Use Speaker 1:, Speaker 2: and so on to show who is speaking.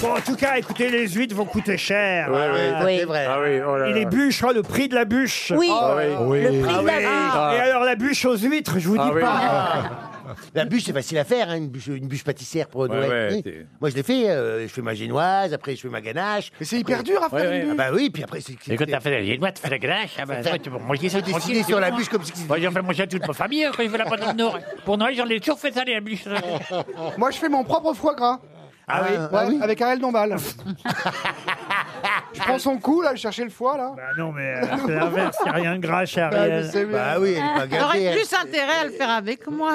Speaker 1: En tout cas, écoutez, les huîtres vont coûter cher.
Speaker 2: Ouais, ouais,
Speaker 3: Ah,
Speaker 2: oui.
Speaker 3: c'est vrai.
Speaker 2: Ah oui, oh là
Speaker 1: Et les
Speaker 2: là.
Speaker 1: bûches, oh, le prix de la bûche.
Speaker 4: Oui,
Speaker 2: Ah oui.
Speaker 4: le prix
Speaker 2: Ah
Speaker 4: de la
Speaker 2: oui.
Speaker 4: vie.
Speaker 2: Ah.
Speaker 1: Et alors la bûche aux huîtres, je vous
Speaker 2: Ah
Speaker 1: dis
Speaker 2: oui.
Speaker 1: pas.
Speaker 3: La bûche, c'est facile à faire, hein, une, bûche, une bûche pâtissière pour Noël.
Speaker 2: ouais,
Speaker 3: Oui.
Speaker 2: t'es-
Speaker 3: Moi, je l'ai fait. euh, je fais ma génoise, après, je fais ma ganache.
Speaker 5: Mais c'est hyper dur à faire
Speaker 2: Ouais, ouais.
Speaker 5: une
Speaker 3: Ah
Speaker 5: bûche.
Speaker 3: bah oui, puis après, c'est.
Speaker 6: Et quand t'as fait la liénoise, tu fais la ganache, ah bah, ouais, tu peux manger ça
Speaker 3: Faut dessiner
Speaker 6: tranquille,
Speaker 3: sur
Speaker 6: c'est
Speaker 3: la
Speaker 6: bon.
Speaker 3: bûche comme si-
Speaker 6: Moi, j'en fais manger à toute ma famille hein, quand il fait la pâte de Noël. Pour Noël, j'en ai toujours fait ça, les bûches.
Speaker 5: Moi, je fais mon propre foie gras.
Speaker 3: Ah oui,
Speaker 5: Ouais,
Speaker 3: ah oui.
Speaker 5: Avec Ariel Dombal. je prends son cou, là, je cherchais le foie, là.
Speaker 1: Bah non, mais euh, c'est l'inverse, il n'y a rien de gras chez
Speaker 5: Ah,
Speaker 1: Ariel.
Speaker 5: je sais bien.
Speaker 3: Bah oui, elle est pas gardée.
Speaker 7: J'aurais
Speaker 3: elle.
Speaker 7: plus intérêt à le faire avec moi.